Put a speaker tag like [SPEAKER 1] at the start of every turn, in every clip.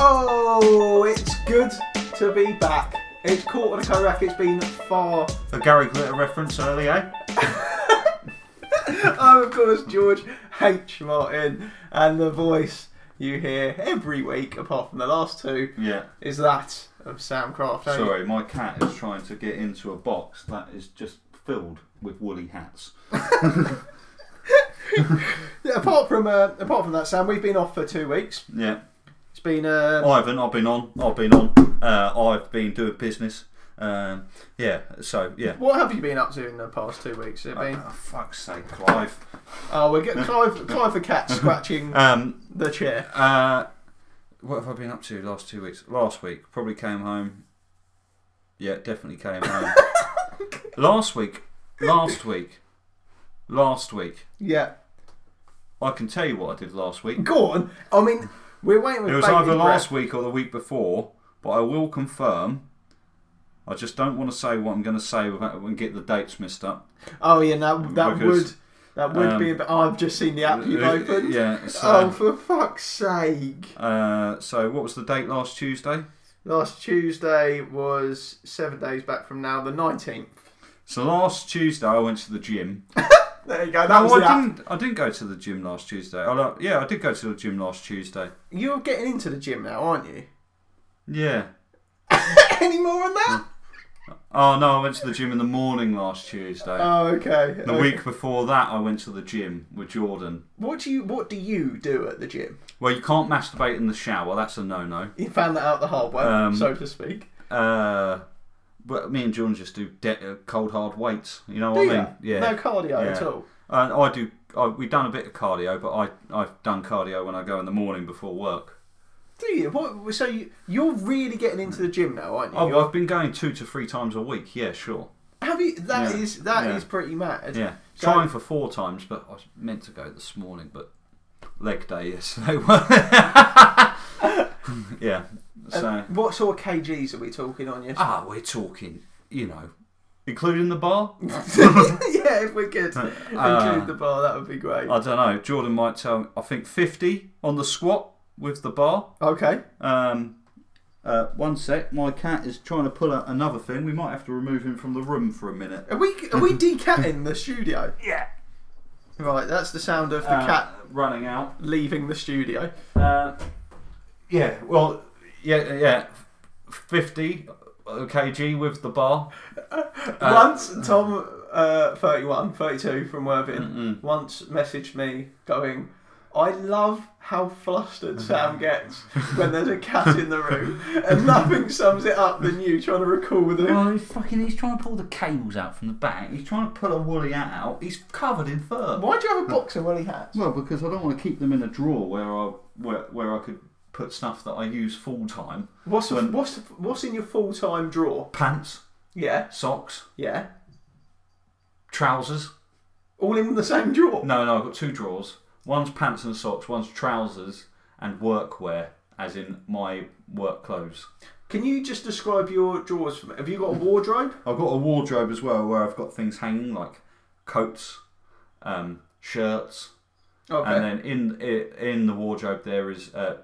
[SPEAKER 1] Oh, to be back. It's quarter to rack. It's been far.
[SPEAKER 2] A Gary Glitter reference early, eh?
[SPEAKER 1] I'm Oh, of course George H Martin, and the voice you hear every week, apart from the last two,
[SPEAKER 2] Yeah.
[SPEAKER 1] is that of Sam Craft. eh?
[SPEAKER 2] Sorry, my cat is trying to get into a box that is just filled with woolly hats.
[SPEAKER 1] Yeah, apart from uh, apart from that, Sam, we've been off for two weeks.
[SPEAKER 2] Yeah.
[SPEAKER 1] It's been uh,
[SPEAKER 2] Ivan, I've been on. I've been on. Uh, I've been doing business. Um, yeah. So yeah.
[SPEAKER 1] What have you been up to in the past two weeks? It been
[SPEAKER 2] Oh, fuck's sake, Clive.
[SPEAKER 1] oh, we're getting Clive, Clive the cat scratching
[SPEAKER 2] Um,
[SPEAKER 1] the chair.
[SPEAKER 2] uh, what have I been up to the last two weeks? Last week, probably came home. Yeah, definitely came home. last week, last week, last week.
[SPEAKER 1] Yeah,
[SPEAKER 2] I can tell you what I did last week.
[SPEAKER 1] go on. I mean, we're waiting. With
[SPEAKER 2] It was
[SPEAKER 1] bated
[SPEAKER 2] either
[SPEAKER 1] breath.
[SPEAKER 2] last week or the week before, but I will confirm. I just don't want to say what I'm going to say without and get the dates mixed up.
[SPEAKER 1] Oh yeah, that that
[SPEAKER 2] Because,
[SPEAKER 1] would that would be. A
[SPEAKER 2] um,
[SPEAKER 1] bit, oh, I've just seen the app you've
[SPEAKER 2] Uh,
[SPEAKER 1] opened.
[SPEAKER 2] Yeah. So,
[SPEAKER 1] Oh, for fuck's sake!
[SPEAKER 2] uh, so what was the date last Tuesday?
[SPEAKER 1] Last Tuesday was seven days back from now, the nineteenth.
[SPEAKER 2] So last Tuesday I went to the gym.
[SPEAKER 1] There you go. That was
[SPEAKER 2] No,
[SPEAKER 1] the
[SPEAKER 2] I
[SPEAKER 1] app.
[SPEAKER 2] didn't. I didn't go to the gym last Tuesday. I, lo- yeah, I did go to the gym last Tuesday.
[SPEAKER 1] You're getting into the gym now, aren't you?
[SPEAKER 2] Yeah.
[SPEAKER 1] Any more on that?
[SPEAKER 2] Mm. Oh no, I went to the gym in the morning last Tuesday.
[SPEAKER 1] Oh, okay.
[SPEAKER 2] the
[SPEAKER 1] okay.
[SPEAKER 2] week before that, I went to the gym with Jordan.
[SPEAKER 1] What do you What do you do at the gym?
[SPEAKER 2] Well, you can't masturbate in the shower. That's a no-no.
[SPEAKER 1] You found that out the hard way,
[SPEAKER 2] Um,
[SPEAKER 1] so to speak.
[SPEAKER 2] Uh, but me and Jordan just do de- uh, cold hard weights. You know
[SPEAKER 1] Do
[SPEAKER 2] what
[SPEAKER 1] you?
[SPEAKER 2] I mean? Yeah.
[SPEAKER 1] No cardio at
[SPEAKER 2] Yeah.
[SPEAKER 1] all.
[SPEAKER 2] And I do. I, we've done a bit of cardio, but I I've done cardio when I go in the morning before work.
[SPEAKER 1] Do you? What, so you, you're really getting into the gym now, aren't you?
[SPEAKER 2] Oh, I've been going two to three times a week. Yeah, sure.
[SPEAKER 1] Have you? That is
[SPEAKER 2] Yeah.
[SPEAKER 1] that
[SPEAKER 2] Yeah.
[SPEAKER 1] is pretty mad.
[SPEAKER 2] Yeah,
[SPEAKER 1] So-
[SPEAKER 2] trying for four times, but I was meant to go this morning, but leg day yesterday. yeah. So
[SPEAKER 1] And what sort of kgs are we talking on? Yes.
[SPEAKER 2] Uh, ah, we're talking. You know, including the bar.
[SPEAKER 1] yeah, if we could include the bar, that would be great.
[SPEAKER 2] I don't know. Jordan might tell. me. I think fifty on the squat with the bar.
[SPEAKER 1] okay.
[SPEAKER 2] Um, uh, one sec. My cat is trying to pull out another thing. We might have to remove him from the room for a minute.
[SPEAKER 1] Are we are we decatting the studio?
[SPEAKER 2] Yeah.
[SPEAKER 1] Right, that's the sound of the
[SPEAKER 2] Uh,
[SPEAKER 1] cat
[SPEAKER 2] running out.
[SPEAKER 1] leaving the studio.
[SPEAKER 2] Uh, yeah, well, yeah, yeah, fifty uh, kg with the bar. Uh,
[SPEAKER 1] Once Tom, uh, 31, 32 from Worthing,
[SPEAKER 2] Mm.
[SPEAKER 1] once messaged me going, I love how flustered Sam gets when there's a cat in the room, and nothing sums it up than you trying to recall the.
[SPEAKER 2] he's fucking, he's trying to pull the cables out from the back. He's trying to pull a woolly hat out. He's covered in fur.
[SPEAKER 1] Why do you have a box of woolly hats?
[SPEAKER 2] Well, because I don't want to keep them in a drawer where I where, where I could put stuff that I use full time.
[SPEAKER 1] What's
[SPEAKER 2] When-
[SPEAKER 1] what's what's in your full time drawer?
[SPEAKER 2] Pants,
[SPEAKER 1] Yeah,
[SPEAKER 2] socks,
[SPEAKER 1] yeah,
[SPEAKER 2] trousers.
[SPEAKER 1] all in the same drawer.
[SPEAKER 2] No, no, I've got two drawers. One's pants and socks. One's trousers and workwear, as in my work clothes.
[SPEAKER 1] Can you just describe your drawers for me? Have you got a wardrobe?
[SPEAKER 2] I've got a wardrobe as well where I've got things hanging like coats, um, shirts,
[SPEAKER 1] Oh, Okay.
[SPEAKER 2] and then in i- in the wardrobe there is uh,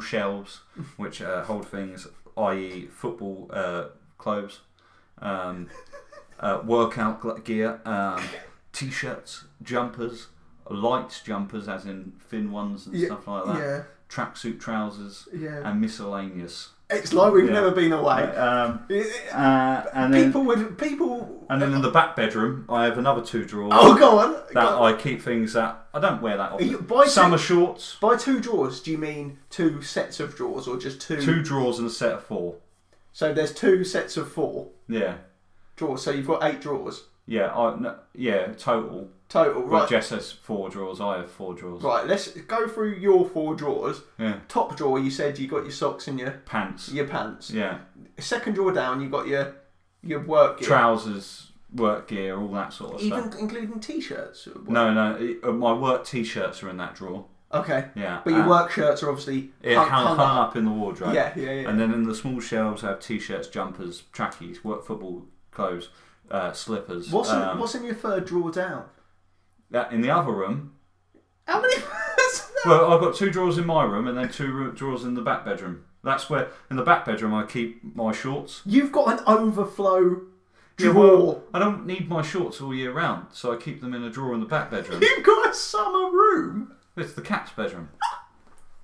[SPEAKER 2] shelves which uh, hold things, i.e., football uh, clothes, um, uh, workout gl- gear, um, t-shirts, jumpers, light jumpers as in thin ones and
[SPEAKER 1] Yeah,
[SPEAKER 2] stuff like that,
[SPEAKER 1] yeah.
[SPEAKER 2] tracksuit trousers,
[SPEAKER 1] Yeah.
[SPEAKER 2] and miscellaneous.
[SPEAKER 1] it's like we've
[SPEAKER 2] Yeah.
[SPEAKER 1] never been away.
[SPEAKER 2] Um,
[SPEAKER 1] It-
[SPEAKER 2] uh, and then
[SPEAKER 1] people with people.
[SPEAKER 2] and then in the back bedroom, I have another two drawers
[SPEAKER 1] Oh, go on. go
[SPEAKER 2] that
[SPEAKER 1] on.
[SPEAKER 2] I keep things that I don't wear that often.
[SPEAKER 1] you- by two-
[SPEAKER 2] Summer shorts,
[SPEAKER 1] By two drawers, do you mean two sets of drawers or just two?
[SPEAKER 2] two drawers and a set of four.
[SPEAKER 1] So there's two sets of four
[SPEAKER 2] Yeah,
[SPEAKER 1] drawers. So you've got eight drawers
[SPEAKER 2] yeah, I no, yeah total.
[SPEAKER 1] total,
[SPEAKER 2] But
[SPEAKER 1] right?
[SPEAKER 2] Jess has four drawers. I have four drawers.
[SPEAKER 1] Right. Let's go through your four drawers.
[SPEAKER 2] Yeah,
[SPEAKER 1] Top drawer, you said you got your socks and your
[SPEAKER 2] pants.
[SPEAKER 1] your pants.
[SPEAKER 2] Yeah,
[SPEAKER 1] Second drawer down, you got your your work gear,
[SPEAKER 2] trousers, work gear, all that sort of
[SPEAKER 1] even
[SPEAKER 2] stuff.
[SPEAKER 1] including t-shirts.
[SPEAKER 2] No, no, it- uh, my work t-shirts are in that drawer.
[SPEAKER 1] Okay.
[SPEAKER 2] Yeah,
[SPEAKER 1] But your
[SPEAKER 2] and
[SPEAKER 1] work shirts are obviously
[SPEAKER 2] Uh, it
[SPEAKER 1] hung,
[SPEAKER 2] hung,
[SPEAKER 1] hung
[SPEAKER 2] hung
[SPEAKER 1] up.
[SPEAKER 2] up in the wardrobe.
[SPEAKER 1] Yeah, yeah, yeah.
[SPEAKER 2] And then in the small shelves, I have t-shirts, jumpers, trackies, work football clothes, uh, slippers.
[SPEAKER 1] What's in,
[SPEAKER 2] um,
[SPEAKER 1] what's in your third drawer down?
[SPEAKER 2] that in the other room.
[SPEAKER 1] How many?
[SPEAKER 2] Well, I've got two drawers in my room and then two ro- drawers in the back bedroom. That's where in the back bedroom I keep my shorts.
[SPEAKER 1] You've got an overflow
[SPEAKER 2] Yeah,
[SPEAKER 1] drawer.
[SPEAKER 2] well, I don't need my shorts all year round, so I keep them in a drawer in the back bedroom.
[SPEAKER 1] You've got a summer room.
[SPEAKER 2] it's the cat's bedroom.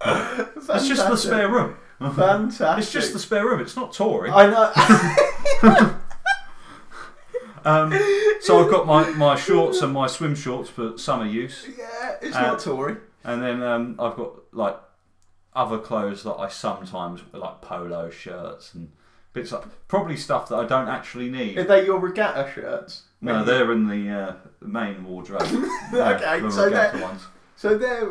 [SPEAKER 1] Fantastic.
[SPEAKER 2] It's just the spare room.
[SPEAKER 1] Fantastic.
[SPEAKER 2] It's just the spare room. It's not Tory.
[SPEAKER 1] I know.
[SPEAKER 2] Um, so I've got my, my shorts and my swim shorts for summer use,
[SPEAKER 1] yeah, it's
[SPEAKER 2] Uh,
[SPEAKER 1] not Tory.
[SPEAKER 2] and then um, I've got like other clothes that I sometimes like polo shirts and bits like probably stuff that I don't actually
[SPEAKER 1] Are
[SPEAKER 2] need.
[SPEAKER 1] they your regatta shirts?
[SPEAKER 2] No, they're in the uh, main wardrobe.
[SPEAKER 1] Okay,
[SPEAKER 2] the
[SPEAKER 1] so
[SPEAKER 2] regatta
[SPEAKER 1] they're-
[SPEAKER 2] ones.
[SPEAKER 1] So they're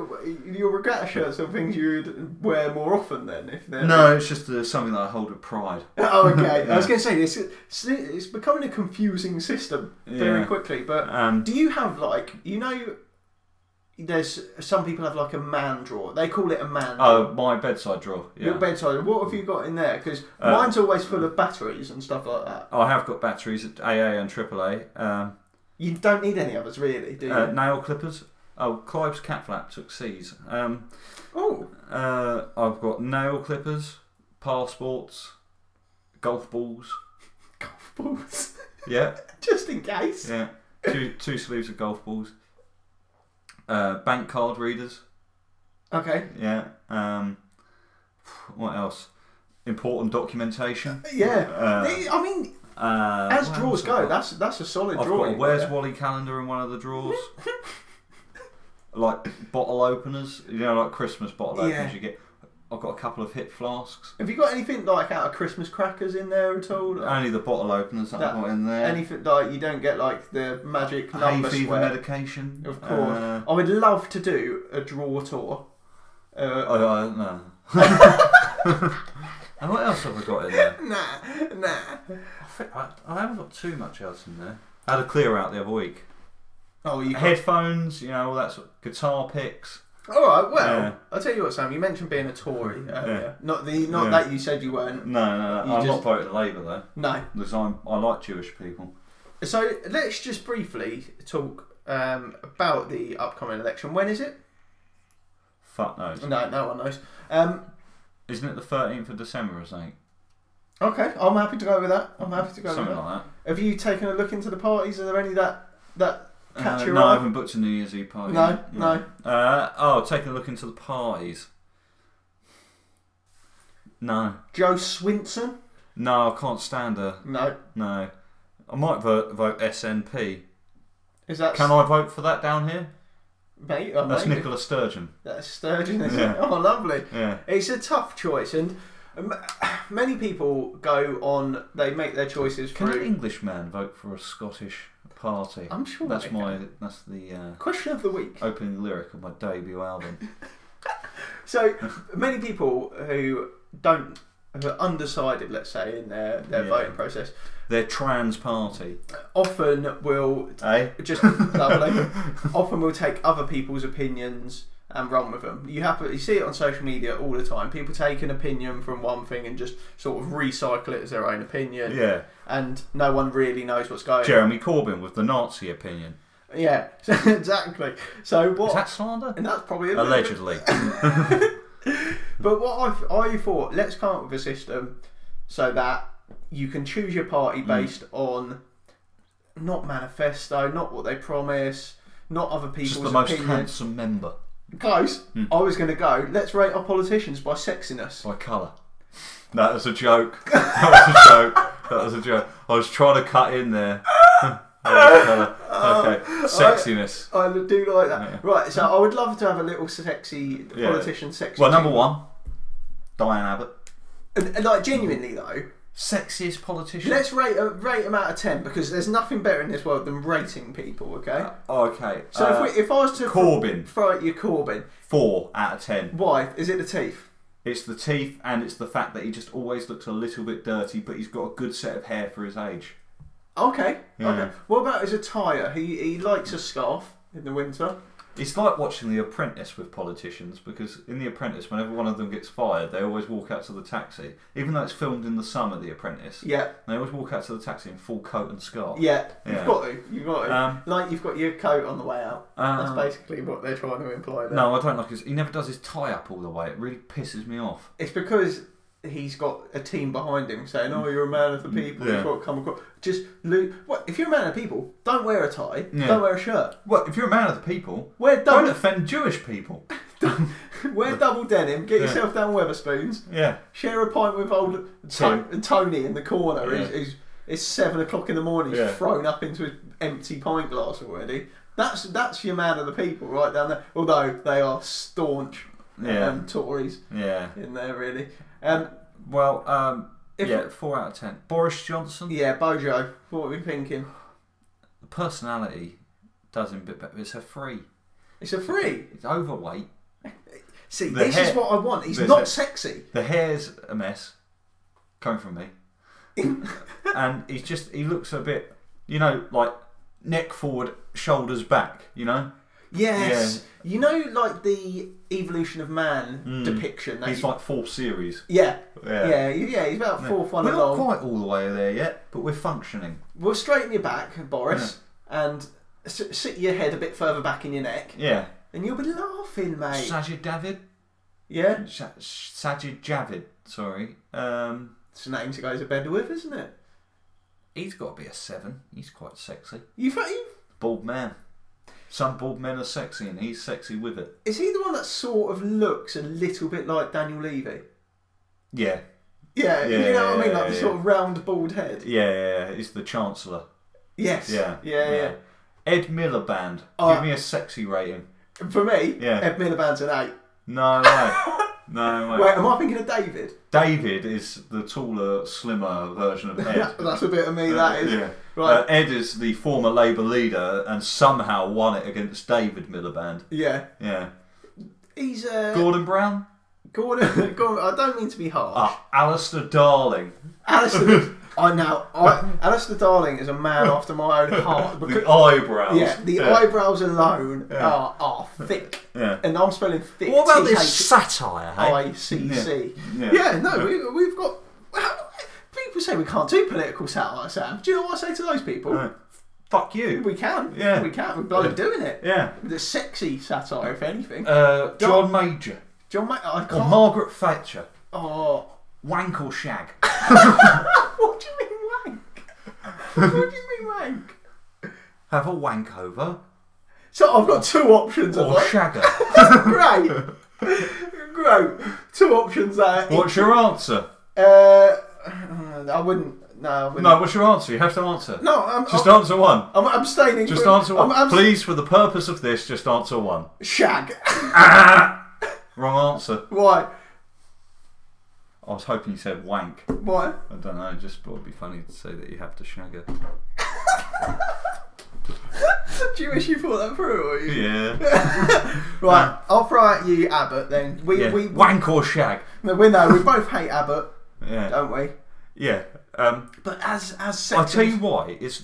[SPEAKER 1] your regatta shirts are things you'd wear more often then if they're
[SPEAKER 2] No, it's just uh, something that I hold with pride.
[SPEAKER 1] Oh, okay. I was going to say this. It's, it's becoming a confusing system very
[SPEAKER 2] Yeah.
[SPEAKER 1] quickly. But
[SPEAKER 2] Um,
[SPEAKER 1] do you have like you know? There's some people have like a man drawer. They call it a man. drawer.
[SPEAKER 2] oh, my bedside drawer. Yeah,
[SPEAKER 1] Your bedside. What have you got in there? Because
[SPEAKER 2] Uh,
[SPEAKER 1] mine's always full of batteries and stuff like that.
[SPEAKER 2] I have got batteries at AA and AAA. Um,
[SPEAKER 1] You don't need any others really, do you?
[SPEAKER 2] uh, nail clippers. Oh, Clive's cat flap took C's. Um,
[SPEAKER 1] oh,
[SPEAKER 2] Uh, I've got nail clippers, passports, golf balls.
[SPEAKER 1] golf balls,
[SPEAKER 2] Yeah,
[SPEAKER 1] just in case.
[SPEAKER 2] yeah. Two two sleeves of golf balls. Uh, bank card readers.
[SPEAKER 1] Okay.
[SPEAKER 2] Yeah. Um, what else? Important documentation.
[SPEAKER 1] Yeah.
[SPEAKER 2] Uh,
[SPEAKER 1] They- I mean,
[SPEAKER 2] uh,
[SPEAKER 1] as
[SPEAKER 2] what
[SPEAKER 1] drawers
[SPEAKER 2] else have I
[SPEAKER 1] go,
[SPEAKER 2] got?
[SPEAKER 1] that's that's a solid
[SPEAKER 2] I've
[SPEAKER 1] drawer.
[SPEAKER 2] got a Where's Wally calendar in one of the drawers. like bottle openers, you know, like Christmas bottle openers
[SPEAKER 1] Yeah.
[SPEAKER 2] you get. I've got a couple of hip flasks.
[SPEAKER 1] Have you got anything like out of Christmas crackers in there at all? Like,
[SPEAKER 2] Only the bottle openers that,
[SPEAKER 1] That-
[SPEAKER 2] I've got in there.
[SPEAKER 1] anything like you don't get like the magic
[SPEAKER 2] hay
[SPEAKER 1] number
[SPEAKER 2] fever
[SPEAKER 1] square.
[SPEAKER 2] medication.
[SPEAKER 1] Of course.
[SPEAKER 2] Uh,
[SPEAKER 1] I would love to do a draw tour.
[SPEAKER 2] I,
[SPEAKER 1] Uh,
[SPEAKER 2] I don't know. and what else have I got in there?
[SPEAKER 1] nah, nah.
[SPEAKER 2] I, think I, I haven't got too much else in there. I had a clear out the other week.
[SPEAKER 1] Oh, you. Got...
[SPEAKER 2] Headphones, you know, all that sort of guitar picks.
[SPEAKER 1] All right. Well,
[SPEAKER 2] Yeah.
[SPEAKER 1] I'll tell you what, Sam. You mentioned being a Tory earlier. Not the not
[SPEAKER 2] Yeah.
[SPEAKER 1] that you said you
[SPEAKER 2] No,
[SPEAKER 1] weren't.
[SPEAKER 2] no, no.
[SPEAKER 1] You
[SPEAKER 2] I'm
[SPEAKER 1] just-
[SPEAKER 2] not voting Labour though,
[SPEAKER 1] No.
[SPEAKER 2] because I'm I like Jewish people.
[SPEAKER 1] So let's just briefly talk um, about the upcoming election. When is it?
[SPEAKER 2] Fuck knows.
[SPEAKER 1] No, no one knows. Um,
[SPEAKER 2] Isn't it the 13th of December or something?
[SPEAKER 1] okay, I'm happy to go with that. I'm happy to go with
[SPEAKER 2] Something
[SPEAKER 1] that.
[SPEAKER 2] like
[SPEAKER 1] Have you taken a look into the parties? Are there any that that
[SPEAKER 2] that.
[SPEAKER 1] catch
[SPEAKER 2] Uh,
[SPEAKER 1] your
[SPEAKER 2] no, I
[SPEAKER 1] eye?
[SPEAKER 2] haven't booked a New Year's Eve party.
[SPEAKER 1] No,
[SPEAKER 2] yet.
[SPEAKER 1] no.
[SPEAKER 2] Uh, oh, taking a look into the parties. No,
[SPEAKER 1] Joe Swinson?
[SPEAKER 2] no, I can't stand her.
[SPEAKER 1] No.
[SPEAKER 2] No, I might vote, vote SNP.
[SPEAKER 1] Is that
[SPEAKER 2] Can I vote for that down here?
[SPEAKER 1] mate? Oh,
[SPEAKER 2] That's
[SPEAKER 1] maybe.
[SPEAKER 2] Nicola Sturgeon.
[SPEAKER 1] That's Sturgeon, isn't
[SPEAKER 2] Yeah.
[SPEAKER 1] it? Oh, lovely.
[SPEAKER 2] Yeah,
[SPEAKER 1] It's a tough choice, and um, many people go on. They make their choices
[SPEAKER 2] can an
[SPEAKER 1] through.
[SPEAKER 2] Englishman vote for a Scottish party?
[SPEAKER 1] I'm sure
[SPEAKER 2] That's
[SPEAKER 1] they
[SPEAKER 2] my
[SPEAKER 1] can.
[SPEAKER 2] that's the uh,
[SPEAKER 1] question of the week.
[SPEAKER 2] opening lyric of my debut album.
[SPEAKER 1] So many people who don't who are undecided, let's say, in their their
[SPEAKER 2] Yeah.
[SPEAKER 1] voting process,
[SPEAKER 2] Their trans party,
[SPEAKER 1] often will
[SPEAKER 2] eh?
[SPEAKER 1] just lovely. Often will take other people's opinions and run with them. You happen you see it on social media all the time. People take an opinion from one thing and just sort of recycle it as their own opinion,
[SPEAKER 2] Eh? Yeah,
[SPEAKER 1] and no one really knows what's going. on.
[SPEAKER 2] Jeremy Corbyn with the Nazi opinion.
[SPEAKER 1] Yeah, exactly. So what?
[SPEAKER 2] Is that slander?
[SPEAKER 1] and that's probably a little bit-
[SPEAKER 2] Allegedly.
[SPEAKER 1] But what I I thought, let's come up with a system so that you can choose your party
[SPEAKER 2] Hmm.
[SPEAKER 1] based on not manifesto, not what they promise, not other people's
[SPEAKER 2] Just the most
[SPEAKER 1] opinions.
[SPEAKER 2] handsome member
[SPEAKER 1] Close.
[SPEAKER 2] Hmm.
[SPEAKER 1] I was going to go. Let's rate our politicians by sexiness.
[SPEAKER 2] by colour. That was a joke. That was a joke. That was a joke. I was trying to cut in there. Colour. okay,
[SPEAKER 1] Oh.
[SPEAKER 2] sexiness.
[SPEAKER 1] I do like that.
[SPEAKER 2] Yeah. Hmm.
[SPEAKER 1] Right. So I would love to have a little sexy
[SPEAKER 2] Yeah.
[SPEAKER 1] politician. Sexy.
[SPEAKER 2] Well, number one, Diane Abbott,
[SPEAKER 1] And, and, like genuinely though,
[SPEAKER 2] sexiest politician.
[SPEAKER 1] let's rate a, rate them out of ten because there's nothing better in this world than rating people. Okay.
[SPEAKER 2] Oh, okay,
[SPEAKER 1] So
[SPEAKER 2] uh,
[SPEAKER 1] if, we, if I was to
[SPEAKER 2] Corbyn.
[SPEAKER 1] throw at you Corbyn,
[SPEAKER 2] four out of ten.
[SPEAKER 1] why is it the teeth?
[SPEAKER 2] It's the teeth and it's the fact that he just always looks a little bit dirty, but he's got a good set of hair for his age.
[SPEAKER 1] Okay.
[SPEAKER 2] Yeah.
[SPEAKER 1] Okay. What about his attire? He he likes a scarf in the winter.
[SPEAKER 2] It's like watching The Apprentice with politicians because in The Apprentice, whenever one of them gets fired, they always walk out to the taxi. Even though it's filmed in the summer, The Apprentice,
[SPEAKER 1] Yeah.
[SPEAKER 2] they always walk out to the taxi in full coat and scarf.
[SPEAKER 1] Yeah.
[SPEAKER 2] Yeah.
[SPEAKER 1] You've got to. You've got to.
[SPEAKER 2] Um,
[SPEAKER 1] like you've got your coat on the way out. That's
[SPEAKER 2] uh,
[SPEAKER 1] basically what they're trying to imply there.
[SPEAKER 2] no, I don't like his. He never does his tie up all the way. It really pisses me off.
[SPEAKER 1] It's because he's got a team behind him saying, "Oh, you're a man of the people.
[SPEAKER 2] Mm, Yeah.
[SPEAKER 1] You've got to come across." Just lo- what if you're a man of the people? Don't wear a tie.
[SPEAKER 2] Yeah.
[SPEAKER 1] Don't wear a shirt.
[SPEAKER 2] Well, if you're a man of the people,
[SPEAKER 1] Wear
[SPEAKER 2] don't
[SPEAKER 1] double.
[SPEAKER 2] offend Jewish people.
[SPEAKER 1] wear double denim. Get
[SPEAKER 2] Yeah.
[SPEAKER 1] yourself down Weatherspoons.
[SPEAKER 2] Yeah.
[SPEAKER 1] Share a pint with old
[SPEAKER 2] Tim.
[SPEAKER 1] To- Tony in the corner.
[SPEAKER 2] Yeah.
[SPEAKER 1] He's, he's, it's seven o'clock in the morning. He's
[SPEAKER 2] Yeah.
[SPEAKER 1] thrown up into his empty pint glass already. That's that's your man of the people right down there. Although they are staunch
[SPEAKER 2] Yeah.
[SPEAKER 1] um, Tories
[SPEAKER 2] Yeah.
[SPEAKER 1] in there really. Um,
[SPEAKER 2] Well, um,
[SPEAKER 1] If-
[SPEAKER 2] yeah, four out of ten. Boris Johnson,
[SPEAKER 1] yeah, Bojo. What were we thinking?
[SPEAKER 2] the personality does him a bit better. It's a three.
[SPEAKER 1] It's a free.
[SPEAKER 2] It's overweight.
[SPEAKER 1] See,
[SPEAKER 2] The
[SPEAKER 1] this
[SPEAKER 2] hair-
[SPEAKER 1] is what I want. He's
[SPEAKER 2] This
[SPEAKER 1] not
[SPEAKER 2] hair-
[SPEAKER 1] sexy.
[SPEAKER 2] The hair's a mess, coming from me, and he's just he looks a bit, you know, like neck forward, shoulders back. You know,
[SPEAKER 1] Yes. You know, like the evolution of man depiction. That
[SPEAKER 2] Hmm. he's
[SPEAKER 1] you-
[SPEAKER 2] like fourth series.
[SPEAKER 1] yeah,
[SPEAKER 2] Yeah.
[SPEAKER 1] yeah, yeah, He's about four fourth one
[SPEAKER 2] We're not
[SPEAKER 1] along.
[SPEAKER 2] quite all the way there yet, but we're functioning.
[SPEAKER 1] We'll straighten your back, Boris, and s- sit your head a bit further back in your neck,
[SPEAKER 2] Yeah.
[SPEAKER 1] and you'll be laughing, mate.
[SPEAKER 2] Sajid David,
[SPEAKER 1] yeah,
[SPEAKER 2] Sa- Sajid Javid. Sorry, um,
[SPEAKER 1] it's a name to go to bed with, isn't it?
[SPEAKER 2] he's got to be a seven. He's quite sexy.
[SPEAKER 1] You, fa- you
[SPEAKER 2] Bald man. Some bald men are sexy, and he's sexy with it.
[SPEAKER 1] is he the one that sort of looks a little bit like Daniel Levy?
[SPEAKER 2] Yeah,
[SPEAKER 1] Yeah,
[SPEAKER 2] Yeah,
[SPEAKER 1] you know what I mean,
[SPEAKER 2] yeah,
[SPEAKER 1] like the
[SPEAKER 2] yeah.
[SPEAKER 1] sort of round bald head.
[SPEAKER 2] yeah, yeah, yeah. He's the Chancellor.
[SPEAKER 1] Yes.
[SPEAKER 2] Yeah,
[SPEAKER 1] Yeah. yeah.
[SPEAKER 2] Ed Miliband.
[SPEAKER 1] Uh,
[SPEAKER 2] Give me a sexy rating.
[SPEAKER 1] For me,
[SPEAKER 2] Yeah.
[SPEAKER 1] Ed Miliband's an eight.
[SPEAKER 2] No way. no way.
[SPEAKER 1] Wait, am I thinking of David?
[SPEAKER 2] David is the taller, slimmer version of Ed.
[SPEAKER 1] That's a bit of me. That is
[SPEAKER 2] Yeah.
[SPEAKER 1] right.
[SPEAKER 2] Uh, Ed is the former Labour leader and somehow won it against David Miliband.
[SPEAKER 1] yeah,
[SPEAKER 2] Yeah.
[SPEAKER 1] he's uh,
[SPEAKER 2] Gordon Brown?
[SPEAKER 1] Gordon. Gordon. I don't mean to be harsh.
[SPEAKER 2] Ah, Alistair Darling.
[SPEAKER 1] Alistair. I know. I, Alistair Darling is a man after my own heart.
[SPEAKER 2] The
[SPEAKER 1] Because,
[SPEAKER 2] eyebrows.
[SPEAKER 1] yeah, the eyebrows alone are, are thick,
[SPEAKER 2] Yeah.
[SPEAKER 1] and I'm spelling thick.
[SPEAKER 2] What about this satire, hey?
[SPEAKER 1] ICC?
[SPEAKER 2] Yeah.
[SPEAKER 1] Yeah,
[SPEAKER 2] Yeah.
[SPEAKER 1] no, we, we've got. well, People say we can't do political satire, Sam. Do you know what I say to those people?
[SPEAKER 2] No. Fuck you.
[SPEAKER 1] We can.
[SPEAKER 2] Yeah.
[SPEAKER 1] We can. We're bloody doing it.
[SPEAKER 2] Yeah.
[SPEAKER 1] The sexy satire, if anything.
[SPEAKER 2] Uh, John Major.
[SPEAKER 1] John, Ma- I
[SPEAKER 2] Or
[SPEAKER 1] can't.
[SPEAKER 2] Margaret Thatcher.
[SPEAKER 1] Oh,
[SPEAKER 2] Wank or shag.
[SPEAKER 1] what do you mean wank? what do you mean wank?
[SPEAKER 2] Have a wank over.
[SPEAKER 1] So I've got two options. I've
[SPEAKER 2] Or
[SPEAKER 1] got-
[SPEAKER 2] shagger.
[SPEAKER 1] Great, great. Two options there.
[SPEAKER 2] What's your answer?
[SPEAKER 1] Uh, I wouldn't. No, I wouldn't.
[SPEAKER 2] No, what's your answer? You have to answer.
[SPEAKER 1] No, I'm,
[SPEAKER 2] Just
[SPEAKER 1] I'm,
[SPEAKER 2] answer one.
[SPEAKER 1] I'm abstaining.
[SPEAKER 2] Just
[SPEAKER 1] from,
[SPEAKER 2] answer one.
[SPEAKER 1] I'm, abs-
[SPEAKER 2] Please, for the purpose of this, just answer one.
[SPEAKER 1] Shag.
[SPEAKER 2] Wrong answer.
[SPEAKER 1] Why?
[SPEAKER 2] I was hoping you said wank.
[SPEAKER 1] Why?
[SPEAKER 2] I don't know, just thought it'd be funny to say that you have to shag her.
[SPEAKER 1] Do you wish you thought that through? Or you?
[SPEAKER 2] Yeah.
[SPEAKER 1] Right, I'll throw at you Abbott then. We
[SPEAKER 2] yeah.
[SPEAKER 1] we
[SPEAKER 2] wank or shag.
[SPEAKER 1] no, we know we both hate Abbott,
[SPEAKER 2] Yeah.
[SPEAKER 1] don't we?
[SPEAKER 2] Yeah. Um,
[SPEAKER 1] But as as sexy,
[SPEAKER 2] I'll tell you why. It's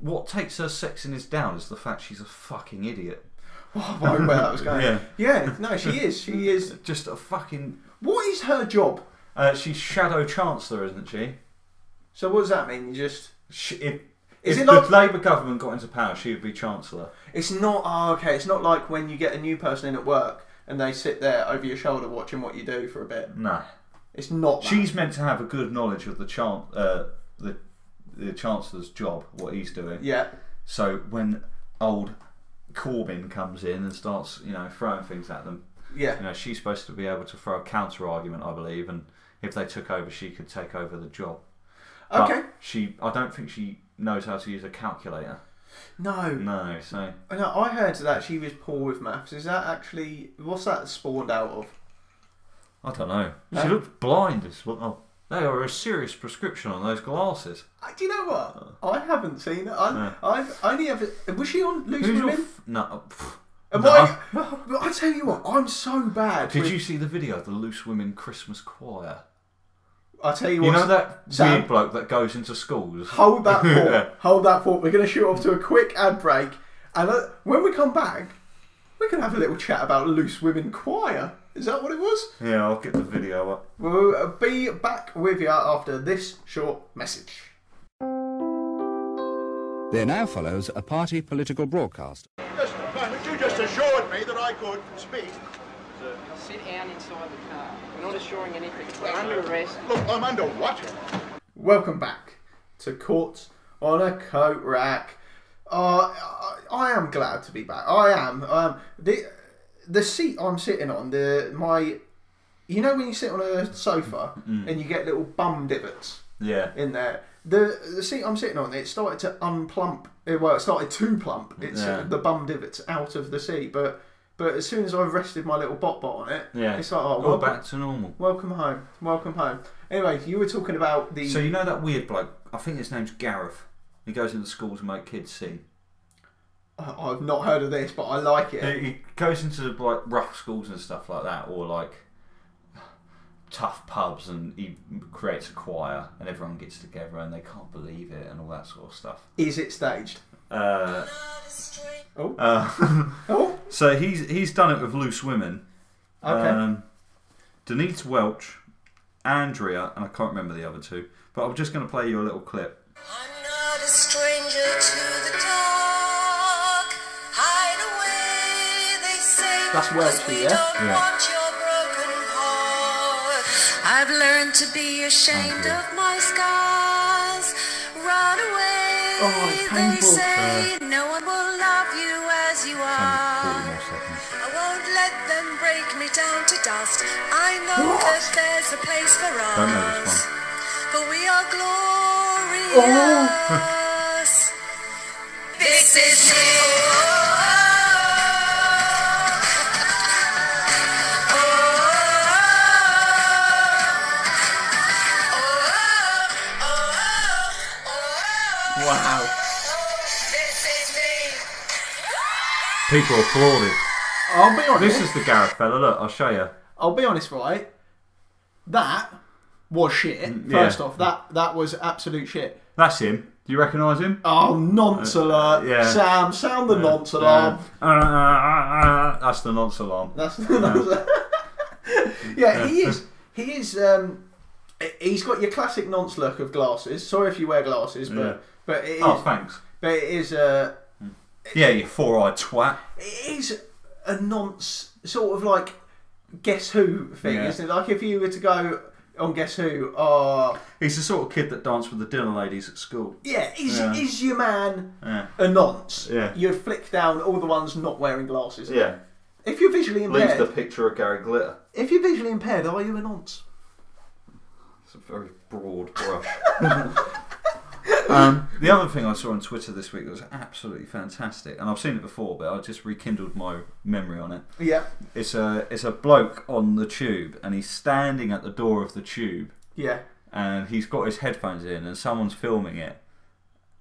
[SPEAKER 2] what takes her sexiness down is the fact she's a fucking idiot.
[SPEAKER 1] oh, I know where that was going.
[SPEAKER 2] Yeah.
[SPEAKER 1] yeah, no, she is. She is.
[SPEAKER 2] Just a fucking.
[SPEAKER 1] What is her job?
[SPEAKER 2] Uh, she's shadow chancellor, isn't she?
[SPEAKER 1] So what does that mean? You just
[SPEAKER 2] She, if
[SPEAKER 1] Is
[SPEAKER 2] if
[SPEAKER 1] it
[SPEAKER 2] the
[SPEAKER 1] like-
[SPEAKER 2] Labour government got into power, she would be Chancellor.
[SPEAKER 1] it's not oh, okay. It's not like when you get a new person in at work and they sit there over your shoulder watching what you do for a bit.
[SPEAKER 2] No,
[SPEAKER 1] It's not. That.
[SPEAKER 2] she's meant to have a good knowledge of the chan- uh, the the Chancellor's job, what he's doing.
[SPEAKER 1] yeah.
[SPEAKER 2] So when old Corbyn comes in and starts, you know, throwing things at them,
[SPEAKER 1] Yeah.
[SPEAKER 2] you know, she's supposed to be able to throw a counter argument, I believe, and if they took over, she could take over the job. But
[SPEAKER 1] Okay.
[SPEAKER 2] she, I don't think she knows how to use a calculator.
[SPEAKER 1] No.
[SPEAKER 2] No, so
[SPEAKER 1] No. I heard that she was poor with maths. Is that actually what's that spawned out of?
[SPEAKER 2] I don't know. She
[SPEAKER 1] No.
[SPEAKER 2] looks blind as well. Oh, they are a serious prescription on those glasses.
[SPEAKER 1] Uh, Do you know what? I haven't seen it. I,
[SPEAKER 2] No.
[SPEAKER 1] I've only ever. Was she on Loose
[SPEAKER 2] Who's your
[SPEAKER 1] Women?
[SPEAKER 2] f- no? oh, pff.
[SPEAKER 1] Am
[SPEAKER 2] No.
[SPEAKER 1] I, Well, I tell you what, I'm so bad.
[SPEAKER 2] Did
[SPEAKER 1] with-
[SPEAKER 2] you see the video of the Loose Women Christmas Choir?
[SPEAKER 1] I tell you what.
[SPEAKER 2] You know that
[SPEAKER 1] Sam?
[SPEAKER 2] weird bloke that goes into schools.
[SPEAKER 1] hold that thought.
[SPEAKER 2] Yeah.
[SPEAKER 1] Hold that thought. We're going to shoot off to a quick ad break, and uh, when we come back, we can have a little chat about Loose Women Choir. Is that what it was?
[SPEAKER 2] Yeah, I'll get the video up.
[SPEAKER 1] We'll uh, be back with you after this short message.
[SPEAKER 3] There now follows a party political broadcast.
[SPEAKER 4] Just, you just assured me that I could speak
[SPEAKER 3] Sit down inside the car. We're not assuring anything. We're under arrest.
[SPEAKER 4] Look, I'm under what?
[SPEAKER 1] Welcome back to Court on a Coat Rack. Uh, I- I am glad to be back. I am. Um, the the seat I'm sitting on, the my, you know when you sit on a sofa and you get little bum divots
[SPEAKER 2] Yeah.
[SPEAKER 1] in there. The the seat I'm sitting on, it started to unplump. eh, Well, it started to plump. It's
[SPEAKER 2] Yeah.
[SPEAKER 1] the bum divots out of the seat, but but as soon as I rested my little bot bot on it,
[SPEAKER 2] Yeah.
[SPEAKER 1] it's like oh,
[SPEAKER 2] All
[SPEAKER 1] welcome,
[SPEAKER 2] back to normal.
[SPEAKER 1] welcome home, welcome home. Anyway, you were talking about the
[SPEAKER 2] So you know that weird bloke? I think his name's Gareth. He goes into schools and make kids sing.
[SPEAKER 1] I- I've not heard of this, but I like it.
[SPEAKER 2] He he goes into like rough schools and stuff like that, or like tough pubs, and he creates a choir, and everyone gets together and they can't believe it, and all that sort of stuff.
[SPEAKER 1] Is it staged?
[SPEAKER 2] Uh,
[SPEAKER 1] Oh.
[SPEAKER 2] uh,
[SPEAKER 1] Oh,
[SPEAKER 2] so he's he's done it with loose women.
[SPEAKER 1] okay.
[SPEAKER 2] Um, Denise Welch, Andrea, and I can't remember the other two, but I'm just going to play you a little clip.
[SPEAKER 5] I'm not a stranger to the dark. Hide away, they say.
[SPEAKER 1] That's
[SPEAKER 5] because
[SPEAKER 1] Welsh,
[SPEAKER 5] we
[SPEAKER 1] yeah?
[SPEAKER 5] don't
[SPEAKER 2] Yeah.
[SPEAKER 5] want your broken heart. I've learned to be ashamed
[SPEAKER 2] Okay.
[SPEAKER 5] of my scars. Run away,
[SPEAKER 1] Oh, it's
[SPEAKER 5] they
[SPEAKER 1] painful.
[SPEAKER 5] say.
[SPEAKER 2] Uh,
[SPEAKER 5] no one will love you as you
[SPEAKER 2] Only 40
[SPEAKER 5] are.
[SPEAKER 2] more seconds.
[SPEAKER 5] I won't let them break me down to dust. I know that there's a place for us.
[SPEAKER 2] Don't know this one.
[SPEAKER 5] But we are glorious. this is me.
[SPEAKER 1] Wow.
[SPEAKER 2] People applauded.
[SPEAKER 1] I'll be honest.
[SPEAKER 2] This is the Gareth fella. Look, I'll show you.
[SPEAKER 1] I'll be honest, right? That was shit.
[SPEAKER 2] Mm, yeah.
[SPEAKER 1] First off, that that was absolute shit.
[SPEAKER 2] That's him. Do you recognise him?
[SPEAKER 1] Oh, nonce alert!
[SPEAKER 2] Uh, yeah.
[SPEAKER 1] Sam, sound the nonce alarm.
[SPEAKER 2] Uh, that's the nonce alarm.
[SPEAKER 1] That's yeah. He is. He is. Um, he's got your classic nonce look of glasses. Sorry if you wear glasses, but
[SPEAKER 2] Yeah.
[SPEAKER 1] but it is.
[SPEAKER 2] Oh, thanks.
[SPEAKER 1] but it is a
[SPEAKER 2] Yeah, you four-eyed twat.
[SPEAKER 1] it is a nonce sort of like guess who thing,
[SPEAKER 2] Yeah.
[SPEAKER 1] isn't it? Like if you were to go on Guess Who, oh
[SPEAKER 2] He's the sort of kid that danced with the dinner ladies at school.
[SPEAKER 1] yeah, is
[SPEAKER 2] Yeah.
[SPEAKER 1] is your man
[SPEAKER 2] Yeah.
[SPEAKER 1] a nonce?
[SPEAKER 2] Yeah.
[SPEAKER 1] You'd flick down all the ones not wearing glasses.
[SPEAKER 2] Yeah.
[SPEAKER 1] If you're visually impaired,
[SPEAKER 2] picture of Gary Glitter.
[SPEAKER 1] if you're visually impaired, are you a nonce?
[SPEAKER 2] It's a very broad brush. um, the other thing I saw on Twitter this week that was absolutely fantastic, and I've seen it before, but I just rekindled my memory on it.
[SPEAKER 1] Yeah.
[SPEAKER 2] It's a it's a bloke on the tube, and he's standing at the door of the tube,
[SPEAKER 1] Yeah.
[SPEAKER 2] and he's got his headphones in, and someone's filming it,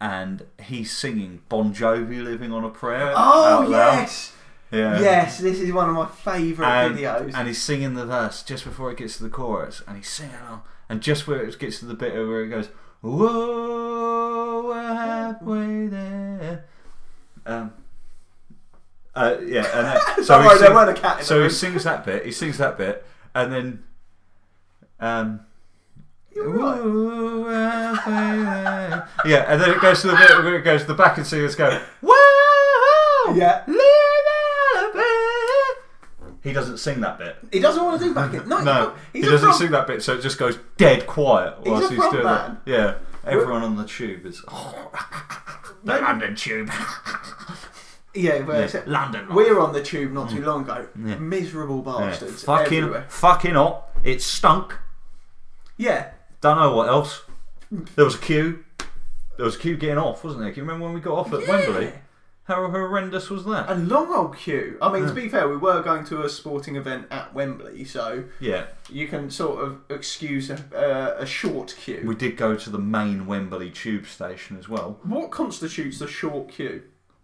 [SPEAKER 2] and he's singing Bon Jovi "Living on a Prayer."
[SPEAKER 1] Oh
[SPEAKER 2] out loud.
[SPEAKER 1] yes.
[SPEAKER 2] yeah,
[SPEAKER 1] Yes, this is one of my favourite
[SPEAKER 2] And,
[SPEAKER 1] videos.
[SPEAKER 2] and he's singing the verse just before it gets to the chorus, and he's singing along, and just where it gets to the bit where it goes, "Whoa, we're halfway there." Um. Uh, yeah, and then, so
[SPEAKER 1] Don't
[SPEAKER 2] he
[SPEAKER 1] worry, there
[SPEAKER 2] sing-
[SPEAKER 1] weren't a cat in the
[SPEAKER 2] So he
[SPEAKER 1] room.
[SPEAKER 2] sings that bit. He sings that bit, and then, um,
[SPEAKER 1] You're right.
[SPEAKER 2] Ooh, halfway there. yeah, and then it goes to the bit where it goes to the back and singers go, Whoa!
[SPEAKER 1] Yeah.
[SPEAKER 2] live Alabama." He doesn't sing that bit.
[SPEAKER 1] He doesn't want to do back it. No,
[SPEAKER 2] No, he
[SPEAKER 1] he's a
[SPEAKER 2] doesn't
[SPEAKER 1] front-
[SPEAKER 2] sing that bit, so it just goes dead quiet whilst he's,
[SPEAKER 1] a front
[SPEAKER 2] doing
[SPEAKER 1] man.
[SPEAKER 2] that. Yeah, everyone on the tube is. Oh, the London tube.
[SPEAKER 1] Yeah, but it's-
[SPEAKER 2] London.
[SPEAKER 1] we were on the tube not too long ago. Miserable
[SPEAKER 2] Mm. Yeah,
[SPEAKER 1] bastards.
[SPEAKER 2] Fucking,
[SPEAKER 1] everywhere.
[SPEAKER 2] fucking hot. It stunk.
[SPEAKER 1] Yeah.
[SPEAKER 2] Don't know what else. There was a queue. There was a queue getting off, wasn't there? Can you remember when we got off at Wembley? How horrendous was that?
[SPEAKER 1] A long old queue. I mean,
[SPEAKER 2] Mm.
[SPEAKER 1] to be fair, we were going to a sporting event at Wembley, so
[SPEAKER 2] yeah,
[SPEAKER 1] you can sort of excuse a, uh, a short queue.
[SPEAKER 2] we did go to the main Wembley tube station as well.
[SPEAKER 1] what constitutes a short queue?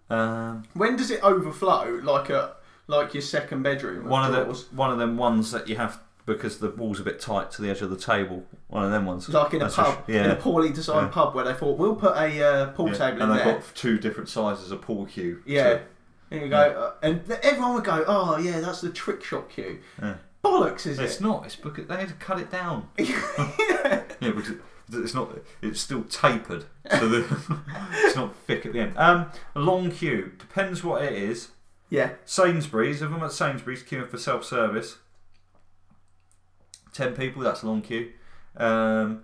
[SPEAKER 2] Um,
[SPEAKER 1] When does it overflow? Like a like your second bedroom.
[SPEAKER 2] one of
[SPEAKER 1] drawers?
[SPEAKER 2] the one of them ones that you have because the wall's a bit tight to the edge of the table. One of them ones,
[SPEAKER 1] like in a
[SPEAKER 2] That's for
[SPEAKER 1] pub,
[SPEAKER 2] sure. yeah,
[SPEAKER 1] in a poorly designed
[SPEAKER 2] Yeah.
[SPEAKER 1] pub where they thought we'll put a uh, pool
[SPEAKER 2] Yeah.
[SPEAKER 1] table in
[SPEAKER 2] and they've
[SPEAKER 1] there.
[SPEAKER 2] got two different sizes of pool cue.
[SPEAKER 1] yeah. And you go, uh, and th- everyone would go, oh yeah, that's the trick shot queue. Bollocks, is
[SPEAKER 2] So it's
[SPEAKER 1] it?
[SPEAKER 2] not. It's because they had to cut it down. yeah, because it's not. It's still tapered, so the, it's not thick at the end. Um, a long queue depends what it is.
[SPEAKER 1] Yeah.
[SPEAKER 2] Sainsbury's, if I'm at Sainsbury's queuing for self service, 10 people, that's a long queue. Um,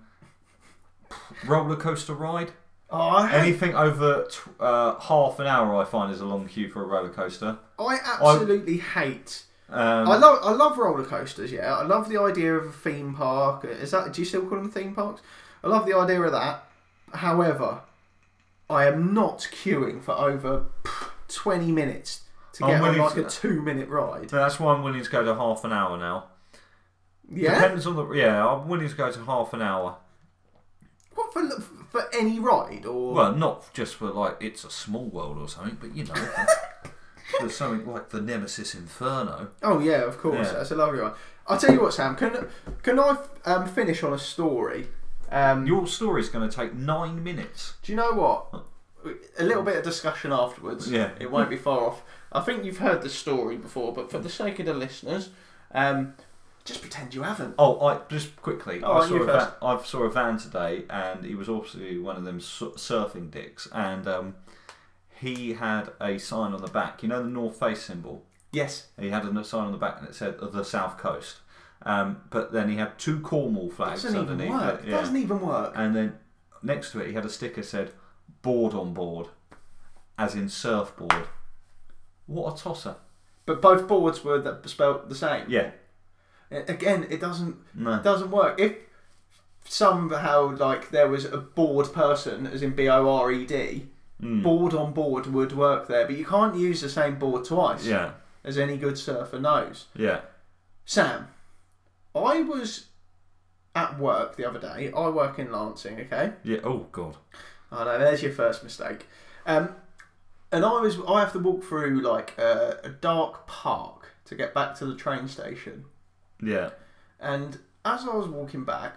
[SPEAKER 2] roller coaster ride,
[SPEAKER 1] Oh, I, had-
[SPEAKER 2] anything over t- uh, half an hour, I find is a long queue for a roller coaster.
[SPEAKER 1] I absolutely hate.
[SPEAKER 2] Um,
[SPEAKER 1] I love I love roller coasters. Yeah, I love the idea of a theme park. Is that do you still call them theme parks? I love the idea of that. However, I am not queuing for over pff, twenty minutes to
[SPEAKER 2] I'm
[SPEAKER 1] get on
[SPEAKER 2] willing
[SPEAKER 1] like
[SPEAKER 2] to-
[SPEAKER 1] a two minute ride.
[SPEAKER 2] so that's why I'm willing to go to half an hour now.
[SPEAKER 1] Yeah,
[SPEAKER 2] Depends on the yeah. I'm willing to go to half an hour.
[SPEAKER 1] what for for any ride or
[SPEAKER 2] Well, not just for like it's a small world or something, but you know, there's something like the Nemesis Inferno.
[SPEAKER 1] Oh yeah, of course.
[SPEAKER 2] Yeah.
[SPEAKER 1] That's a lovely one. I'll tell you what, Sam. Can can I um, finish on a story? Um,
[SPEAKER 2] Your story's going to take nine minutes.
[SPEAKER 1] do you know what? A little bit of discussion afterwards.
[SPEAKER 2] Yeah.
[SPEAKER 1] it won't be far off. I think you've heard the story before, but for the sake of the listeners, um, just pretend you haven't.
[SPEAKER 2] Oh, I just quickly.
[SPEAKER 1] All
[SPEAKER 2] I
[SPEAKER 1] right,
[SPEAKER 2] saw
[SPEAKER 1] Oh, you
[SPEAKER 2] a van,
[SPEAKER 1] first.
[SPEAKER 2] I saw a van today, and he was obviously one of them su- surfing dicks, and um, he had a sign on the back. You know the North Face symbol.
[SPEAKER 1] Yes.
[SPEAKER 2] He had a sign on the back, and it said the South Coast. Um, but then he had two Cornwall flags
[SPEAKER 1] Doesn't even
[SPEAKER 2] underneath
[SPEAKER 1] work.
[SPEAKER 2] it. yeah.
[SPEAKER 1] Doesn't even work.
[SPEAKER 2] and then next to it he had a sticker said board on board as in surfboard what a tosser
[SPEAKER 1] But both boards were the, spelt the same.
[SPEAKER 2] yeah
[SPEAKER 1] A- Again, it doesn't
[SPEAKER 2] no
[SPEAKER 1] doesn't work. If somehow like there was a bored person, as in B O R E D,
[SPEAKER 2] Hmm.
[SPEAKER 1] board on board would work there, but you can't use the same board twice,
[SPEAKER 2] yeah
[SPEAKER 1] as any good surfer knows.
[SPEAKER 2] yeah
[SPEAKER 1] Sam, I was at work the other day. I work in Lancing, okay?
[SPEAKER 2] yeah oh god
[SPEAKER 1] I know. There's your first mistake. Um, and I was I have to walk through like a, a dark park to get back to the train station.
[SPEAKER 2] yeah
[SPEAKER 1] And as I was walking back,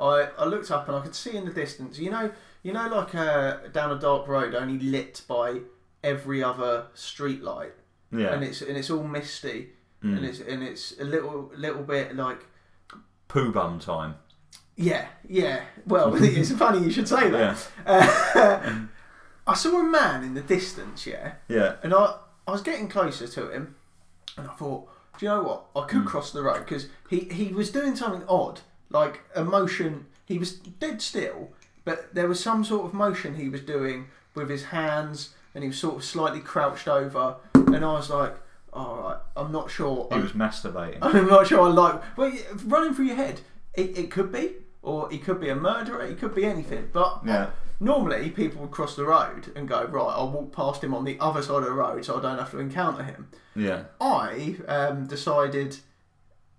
[SPEAKER 1] I, I looked up and I could see in the distance, you know, you know, like uh, down a dark road only lit by every other street light,
[SPEAKER 2] yeah
[SPEAKER 1] and it's and it's all misty, and it's and it's a little little bit like
[SPEAKER 2] poo bum time
[SPEAKER 1] yeah yeah. Well, it's funny you should say
[SPEAKER 2] yeah
[SPEAKER 1] that. I saw a man in the distance, yeah,
[SPEAKER 2] yeah
[SPEAKER 1] and I I was getting closer to him, and I thought, do you know what? I could cross the road because he he was doing something odd, like a motion. He was dead still, but there was some sort of motion he was doing with his hands, and he was sort of slightly crouched over, and I was like, all right, I'm not sure.
[SPEAKER 2] he
[SPEAKER 1] I'm,
[SPEAKER 2] was masturbating
[SPEAKER 1] I'm not sure. I like. Well, y- running through your head, it, it could be, or it could be a murderer. It could be anything. But
[SPEAKER 2] Yeah.
[SPEAKER 1] normally people would cross the road and go right. I'll walk past him on the other side of the road, so I don't have to encounter him.
[SPEAKER 2] yeah
[SPEAKER 1] I um, decided,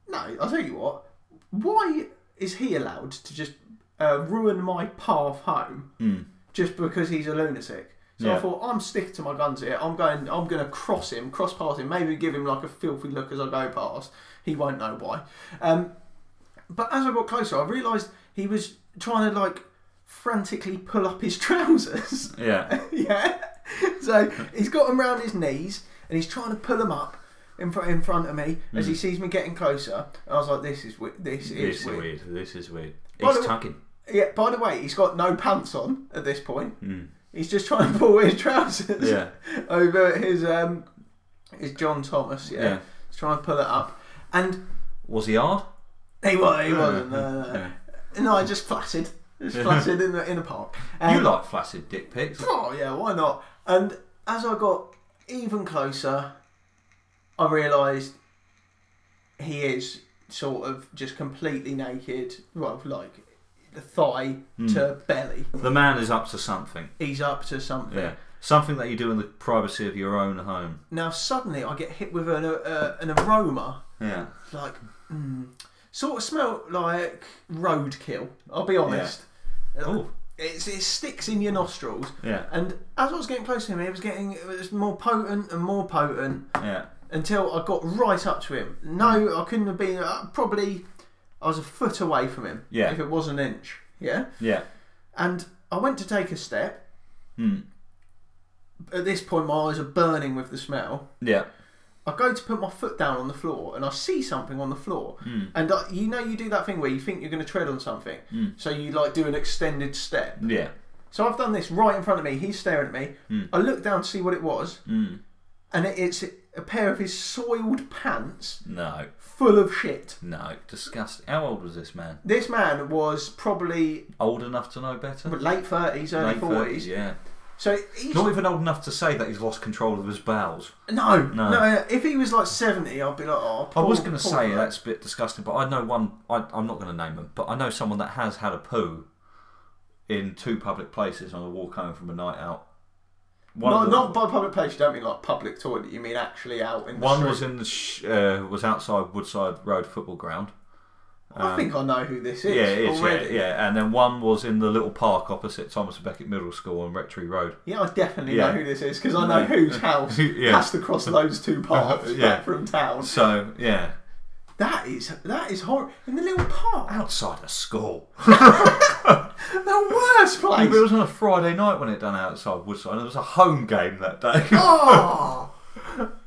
[SPEAKER 1] no, I'll tell you what. Why is he allowed to just uh, ruin my path home just because he's a lunatic? So I
[SPEAKER 2] Yeah.
[SPEAKER 1] thought I'm sticking to my guns here. I'm going. I'm going to cross him, cross past him, maybe give him like a filthy look as I go past. He won't know why. Um, but as I got closer, I realised he was trying to like frantically pull up his trousers
[SPEAKER 2] yeah
[SPEAKER 1] yeah. So he's got them round his knees and he's trying to pull them up in front in front of me as he sees me getting closer. And I was like, "This is weird. Hmm. This
[SPEAKER 2] this
[SPEAKER 1] is
[SPEAKER 2] is
[SPEAKER 1] weird.
[SPEAKER 2] weird this is weird
[SPEAKER 1] By
[SPEAKER 2] it's
[SPEAKER 1] the-
[SPEAKER 2] tugging
[SPEAKER 1] Yeah. By the way, he's got no pants on at this point. He's just trying to pull his trousers
[SPEAKER 2] Yeah.
[SPEAKER 1] over his um his John Thomas. Yeah.
[SPEAKER 2] Yeah.
[SPEAKER 1] He's trying to pull it up, and
[SPEAKER 2] was he hard
[SPEAKER 1] he was he wasn't. No, no, no. no I just flaccid. Just flaccid in the in the park.
[SPEAKER 2] you
[SPEAKER 1] Um,
[SPEAKER 2] like flaccid dick pics
[SPEAKER 1] Oh yeah, why not? And as I got even closer, I realised he is sort of just completely naked. Well, like the thigh
[SPEAKER 2] Hmm.
[SPEAKER 1] to belly.
[SPEAKER 2] the man is up to something
[SPEAKER 1] He's up to something.
[SPEAKER 2] yeah something that you do in the privacy of your own home
[SPEAKER 1] Now suddenly I get hit with an uh, an aroma
[SPEAKER 2] yeah
[SPEAKER 1] like mm, sort of smell like roadkill. I'll be honest.
[SPEAKER 2] oh
[SPEAKER 1] it's, it sticks in your nostrils.
[SPEAKER 2] Yeah.
[SPEAKER 1] And as I was getting close to him, it was getting it was more potent and more potent
[SPEAKER 2] yeah
[SPEAKER 1] until I got right up to him. No, I couldn't have been. Uh, probably I was a foot away from him.
[SPEAKER 2] Yeah.
[SPEAKER 1] If it was an inch. Yeah.
[SPEAKER 2] yeah
[SPEAKER 1] And I went to take a step. At this point, my eyes are burning with the smell.
[SPEAKER 2] yeah
[SPEAKER 1] I go to put my foot down on the floor and I see something on the floor. And I, you know, you do that thing where you think you're going to tread on something. So you like do an extended step.
[SPEAKER 2] yeah
[SPEAKER 1] So I've done this right in front of me. He's staring at me. I look down to see what it was. and it- it's a pair of his soiled pants
[SPEAKER 2] No,
[SPEAKER 1] full of shit.
[SPEAKER 2] no, disgusting. How old was this man?
[SPEAKER 1] This man was probably
[SPEAKER 2] Old enough to know better?
[SPEAKER 1] late 30s, early
[SPEAKER 2] Late
[SPEAKER 1] 40s.
[SPEAKER 2] yeah.
[SPEAKER 1] So he's,
[SPEAKER 2] Not even old enough to say that he's lost control of his bowels.
[SPEAKER 1] no, no,
[SPEAKER 2] No.
[SPEAKER 1] If he was like 70, I'd be like, oh,
[SPEAKER 2] I was
[SPEAKER 1] poor-
[SPEAKER 2] going to
[SPEAKER 1] poor
[SPEAKER 2] say
[SPEAKER 1] bloke.
[SPEAKER 2] that's a bit disgusting, but I know one. I, I'm not going to name him, but I know someone that has had a poo in two public places on a walk home from a night out. One
[SPEAKER 1] Not,
[SPEAKER 2] of them-
[SPEAKER 1] not by public place. You don't mean like public toilet. You mean actually out in the
[SPEAKER 2] one
[SPEAKER 1] street.
[SPEAKER 2] was in the sh- uh, was outside Woodside Road football ground.
[SPEAKER 1] I think I know who this is
[SPEAKER 2] um, yeah, it is, yeah,
[SPEAKER 1] already.
[SPEAKER 2] yeah, and then one was in the little park opposite Thomas Becket Middle School on Rectory Road.
[SPEAKER 1] Yeah, I definitely
[SPEAKER 2] Yeah.
[SPEAKER 1] know who this is because I know whose house
[SPEAKER 2] Yeah.
[SPEAKER 1] has to cross those two paths
[SPEAKER 2] Yeah.
[SPEAKER 1] back from town.
[SPEAKER 2] So yeah,
[SPEAKER 1] That is that is horrible. In the little park,
[SPEAKER 2] outside a school.
[SPEAKER 1] the worst
[SPEAKER 2] it
[SPEAKER 1] place.
[SPEAKER 2] was on a Friday night when it done outside Woodside. and It was a home game that day.
[SPEAKER 1] oh,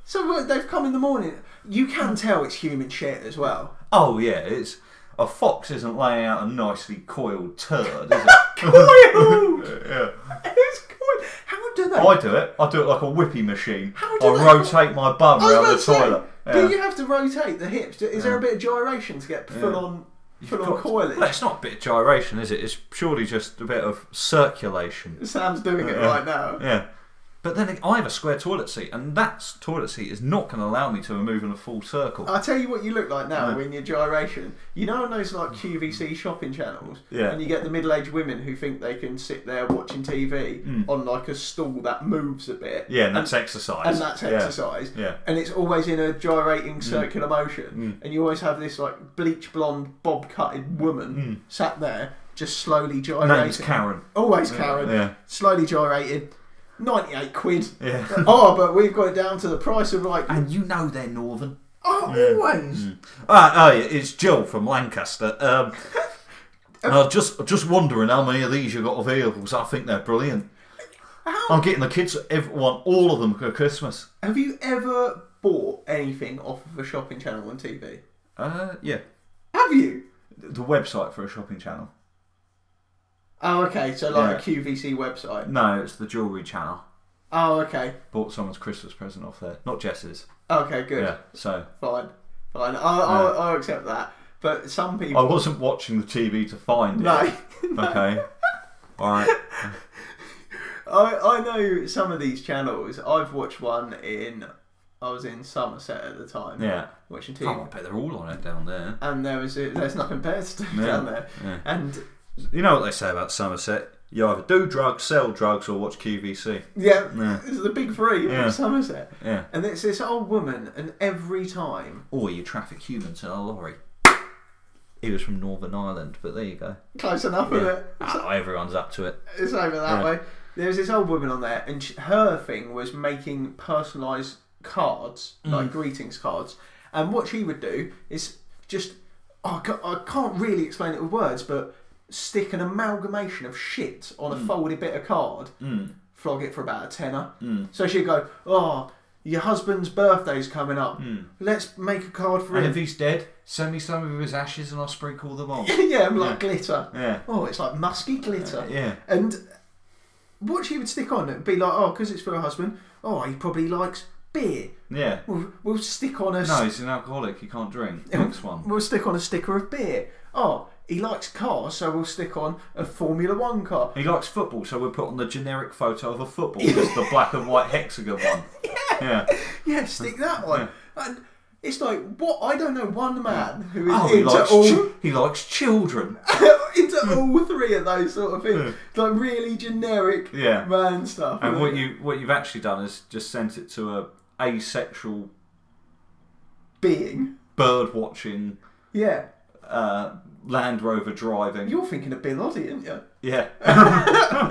[SPEAKER 1] so what, they've come in the morning. You can tell it's human shit as well.
[SPEAKER 2] Oh yeah, it's a fox isn't laying out a nicely coiled turd, is
[SPEAKER 1] Coiled.
[SPEAKER 2] it? yeah.
[SPEAKER 1] It's coiled. How do they?
[SPEAKER 2] I do it. I do it like a whippy machine.
[SPEAKER 1] How do
[SPEAKER 2] I
[SPEAKER 1] they-
[SPEAKER 2] rotate my bum
[SPEAKER 1] I
[SPEAKER 2] around the
[SPEAKER 1] was about
[SPEAKER 2] toilet.
[SPEAKER 1] to say, Do you have to rotate the hips? Do- Is there a bit of gyration to get full
[SPEAKER 2] Yeah.
[SPEAKER 1] on full
[SPEAKER 2] You've
[SPEAKER 1] on
[SPEAKER 2] got-
[SPEAKER 1] coiling?
[SPEAKER 2] Well, it's not a bit of gyration, is it? It's purely just a bit of circulation.
[SPEAKER 1] Sam's doing it
[SPEAKER 2] Yeah.
[SPEAKER 1] right now.
[SPEAKER 2] Yeah. But then it- I have a square toilet seat, and that s- toilet seat is not going to allow me to move in a full circle.
[SPEAKER 1] I tell you what you look like now when you're gyration. You know on those like QVC shopping channels,
[SPEAKER 2] Yeah.
[SPEAKER 1] and you get the middle-aged women who think they can sit there watching TV on like a stool that moves a bit.
[SPEAKER 2] Hmm. yeah, and that's exercise.
[SPEAKER 1] and that's
[SPEAKER 2] Yeah.
[SPEAKER 1] exercise.
[SPEAKER 2] Yeah. Mm.
[SPEAKER 1] And it's always in a gyrating circular motion. And you always have this like bleach blonde bob cutted woman sat there just slowly gyrating.
[SPEAKER 2] Mm. Name's Karen.
[SPEAKER 1] Always Karen.
[SPEAKER 2] Yeah.
[SPEAKER 1] Slowly gyrating. Ninety eight quid.
[SPEAKER 2] Yeah.
[SPEAKER 1] oh, but we've got it down to the price of like
[SPEAKER 2] And you know they're northern.
[SPEAKER 1] Oh always.
[SPEAKER 2] Ah, ah, yeah, it's Jill from Lancaster. Um, and I was just just wondering how many of these you've got available. 'cause I think they're brilliant. I'm getting the kids everyone all of them for Christmas.
[SPEAKER 1] Have you ever bought anything off of a shopping channel on TV?
[SPEAKER 2] Uh, yeah,
[SPEAKER 1] Have you?
[SPEAKER 2] the website for a shopping channel.
[SPEAKER 1] Oh, okay. So like
[SPEAKER 2] Yeah.
[SPEAKER 1] a QVC website.
[SPEAKER 2] No, it's the jewelry channel.
[SPEAKER 1] Oh, okay.
[SPEAKER 2] Bought someone's Christmas present off there, not Jess's.
[SPEAKER 1] Okay, good.
[SPEAKER 2] Yeah, so
[SPEAKER 1] Fine, fine. I'll, I'll, I'll accept that. But some
[SPEAKER 2] I
[SPEAKER 1] people,
[SPEAKER 2] wasn't watching the TV to find it.
[SPEAKER 1] no,
[SPEAKER 2] Okay. All right.
[SPEAKER 1] I, I know some of these channels. I've watched one in, I was in Somerset at the time.
[SPEAKER 2] Yeah.
[SPEAKER 1] watching TV,
[SPEAKER 2] Oh, I bet they're all on it down there.
[SPEAKER 1] and there was a, there's nothing better to do
[SPEAKER 2] Yeah,
[SPEAKER 1] down there.
[SPEAKER 2] yeah.
[SPEAKER 1] And
[SPEAKER 2] You know what they say about Somerset? You either do drugs, sell drugs, or watch QVC.
[SPEAKER 1] yeah,
[SPEAKER 2] Yeah.
[SPEAKER 1] it's the big three
[SPEAKER 2] Yeah.
[SPEAKER 1] in Somerset.
[SPEAKER 2] Yeah.
[SPEAKER 1] And it's this old woman, and every time,
[SPEAKER 2] Or you traffic humans in a lorry. He was from Northern Ireland, but there you go.
[SPEAKER 1] close enough of
[SPEAKER 2] Yeah.
[SPEAKER 1] it.
[SPEAKER 2] Ah, everyone's up to it.
[SPEAKER 1] It's over that
[SPEAKER 2] Yeah.
[SPEAKER 1] way. There was this old woman on there, and sh her thing was making personalised cards, like greetings cards. And what she would do is just, oh, I ca- I can't really explain it with words, but stick an amalgamation of shit on a folded bit of card, flog it for about a tenner. So she'd go, Oh, your husband's birthday's coming up. Let's make a card for him.
[SPEAKER 2] he's dead, send me some of his ashes and I'll sprinkle them on.
[SPEAKER 1] yeah, I'm like glitter.
[SPEAKER 2] Yeah. Uh,
[SPEAKER 1] Oh, it's like musky glitter.
[SPEAKER 2] yeah.
[SPEAKER 1] And what she would stick on it would be like, oh, because it's for her husband. Oh, he probably likes beer.
[SPEAKER 2] Yeah.
[SPEAKER 1] We'll, we'll stick on a
[SPEAKER 2] No, he's an alcoholic. He can't drink. Next one.
[SPEAKER 1] we'll stick on a sticker of beer. Oh, he likes cars, so we'll stick on a Formula One car.
[SPEAKER 2] He likes football, so we put on the generic photo of a football, just the black and white hexagon one. Yeah.
[SPEAKER 1] Yeah, stick that one. And it's like, what? I don't know one man who is
[SPEAKER 2] Oh, he
[SPEAKER 1] into
[SPEAKER 2] likes,
[SPEAKER 1] all
[SPEAKER 2] chi- he likes children.
[SPEAKER 1] into all three of those sort of things. Like really generic
[SPEAKER 2] Yeah.
[SPEAKER 1] man stuff.
[SPEAKER 2] And what you what you've actually done is just sent it to a asexual
[SPEAKER 1] being?
[SPEAKER 2] bird watching
[SPEAKER 1] Yeah,
[SPEAKER 2] uh, Land Rover driving.
[SPEAKER 1] you're thinking of Bill Oddie, aren't you?
[SPEAKER 2] Yeah,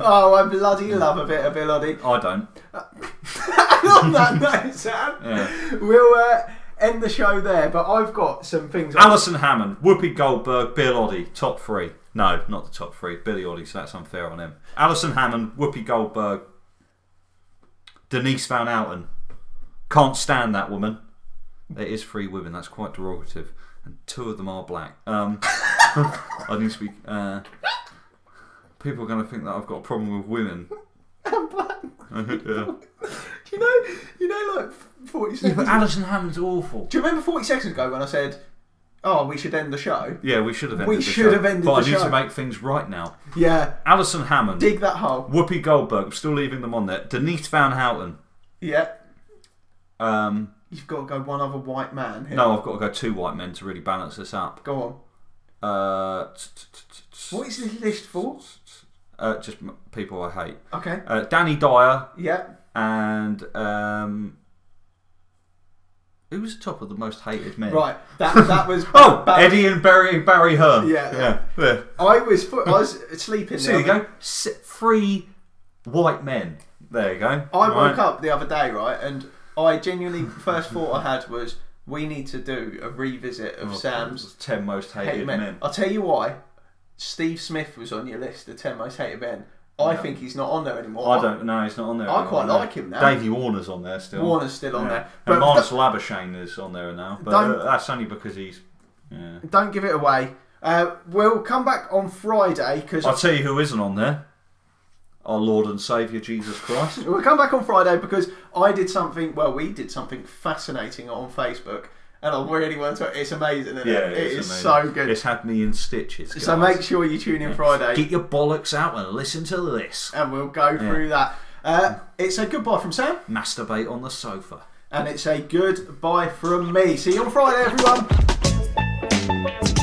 [SPEAKER 1] Oh, I bloody love a bit of Bill Oddie.
[SPEAKER 2] I don't.
[SPEAKER 1] on that note, Sam,
[SPEAKER 2] Yeah.
[SPEAKER 1] we'll uh, end the show there. But I've got some things. I-
[SPEAKER 2] Alison Hammond, Whoopi Goldberg, Bill Oddie, top three. No, not the top three. Billy Oddie, so that's unfair on him. Alison Hammond, Whoopi Goldberg, Denise Van Outen. Can't stand that woman. There is three women. That's quite derogative, and two of them are black. Um, I need to be. Uh, people are going to think that I've got a problem with women. Yeah.
[SPEAKER 1] You know, you know, like forty
[SPEAKER 2] Yeah,
[SPEAKER 1] seconds.
[SPEAKER 2] but Alison Hammond's awful.
[SPEAKER 1] Do you remember forty seconds ago when I said, "Oh, we should end the show"?
[SPEAKER 2] Yeah, we should have ended
[SPEAKER 1] We
[SPEAKER 2] the
[SPEAKER 1] should
[SPEAKER 2] show.
[SPEAKER 1] have ended
[SPEAKER 2] But
[SPEAKER 1] the
[SPEAKER 2] I need
[SPEAKER 1] show.
[SPEAKER 2] to make things right now.
[SPEAKER 1] Yeah,
[SPEAKER 2] Alison Hammond.
[SPEAKER 1] dig that hole.
[SPEAKER 2] Whoopi Goldberg. I'm still leaving them on there. Denise Van Houten.
[SPEAKER 1] Yeah,
[SPEAKER 2] Um,
[SPEAKER 1] you've got to go one other white man here.
[SPEAKER 2] no, I've got to go two white men to really balance this up.
[SPEAKER 1] Go on.
[SPEAKER 2] Uh, t- t- t- t-
[SPEAKER 1] What is this list for?
[SPEAKER 2] uh, just m- people I hate.
[SPEAKER 1] Okay.
[SPEAKER 2] Uh, Danny Dyer
[SPEAKER 1] Yeah.
[SPEAKER 2] and um, who was the top of the most hated men?
[SPEAKER 1] Right. That that was.
[SPEAKER 2] Oh,
[SPEAKER 1] that-
[SPEAKER 2] Eddie and Barry Barry Hearn.
[SPEAKER 1] Yeah.
[SPEAKER 2] yeah. yeah.
[SPEAKER 1] I was fu- I was sleeping.
[SPEAKER 2] So there you
[SPEAKER 1] the other-
[SPEAKER 2] go. S- Three white men. There you go.
[SPEAKER 1] I
[SPEAKER 2] Right.
[SPEAKER 1] woke up the other day, right, and I genuinely first thought I had was we need to do a revisit of
[SPEAKER 2] Oh,
[SPEAKER 1] Sam's
[SPEAKER 2] ten most hated
[SPEAKER 1] hated
[SPEAKER 2] men.
[SPEAKER 1] men. I'll tell you why. Steve Smith was on your list of ten most hated men. I think he's not on there anymore.
[SPEAKER 2] I don't know. He's not on there.
[SPEAKER 1] I
[SPEAKER 2] anymore,
[SPEAKER 1] quite
[SPEAKER 2] no.
[SPEAKER 1] like him now.
[SPEAKER 2] Davey Warner's on there still.
[SPEAKER 1] Warner's still on
[SPEAKER 2] Yeah.
[SPEAKER 1] there, but
[SPEAKER 2] And Marnus Labuschagne is on there now, but
[SPEAKER 1] Don't-
[SPEAKER 2] uh, that's only because he's. Yeah.
[SPEAKER 1] don't give it away. Uh, we'll come back on Friday because
[SPEAKER 2] I'll tell you who isn't on there. Our Lord and Saviour Jesus Christ.
[SPEAKER 1] We'll come back on Friday because I did something. Well, we did something fascinating on Facebook, and I really want to. It's amazing. Isn't
[SPEAKER 2] yeah,
[SPEAKER 1] it? it
[SPEAKER 2] it's
[SPEAKER 1] is
[SPEAKER 2] amazing.
[SPEAKER 1] so good.
[SPEAKER 2] It's had me in stitches.
[SPEAKER 1] so
[SPEAKER 2] guys.
[SPEAKER 1] make sure you tune in Friday,
[SPEAKER 2] get your bollocks out and listen to this.
[SPEAKER 1] and we'll go through that. Uh, it's a goodbye from Sam,
[SPEAKER 2] Masturbate on the sofa.
[SPEAKER 1] and it's a goodbye from me. See you on Friday, everyone.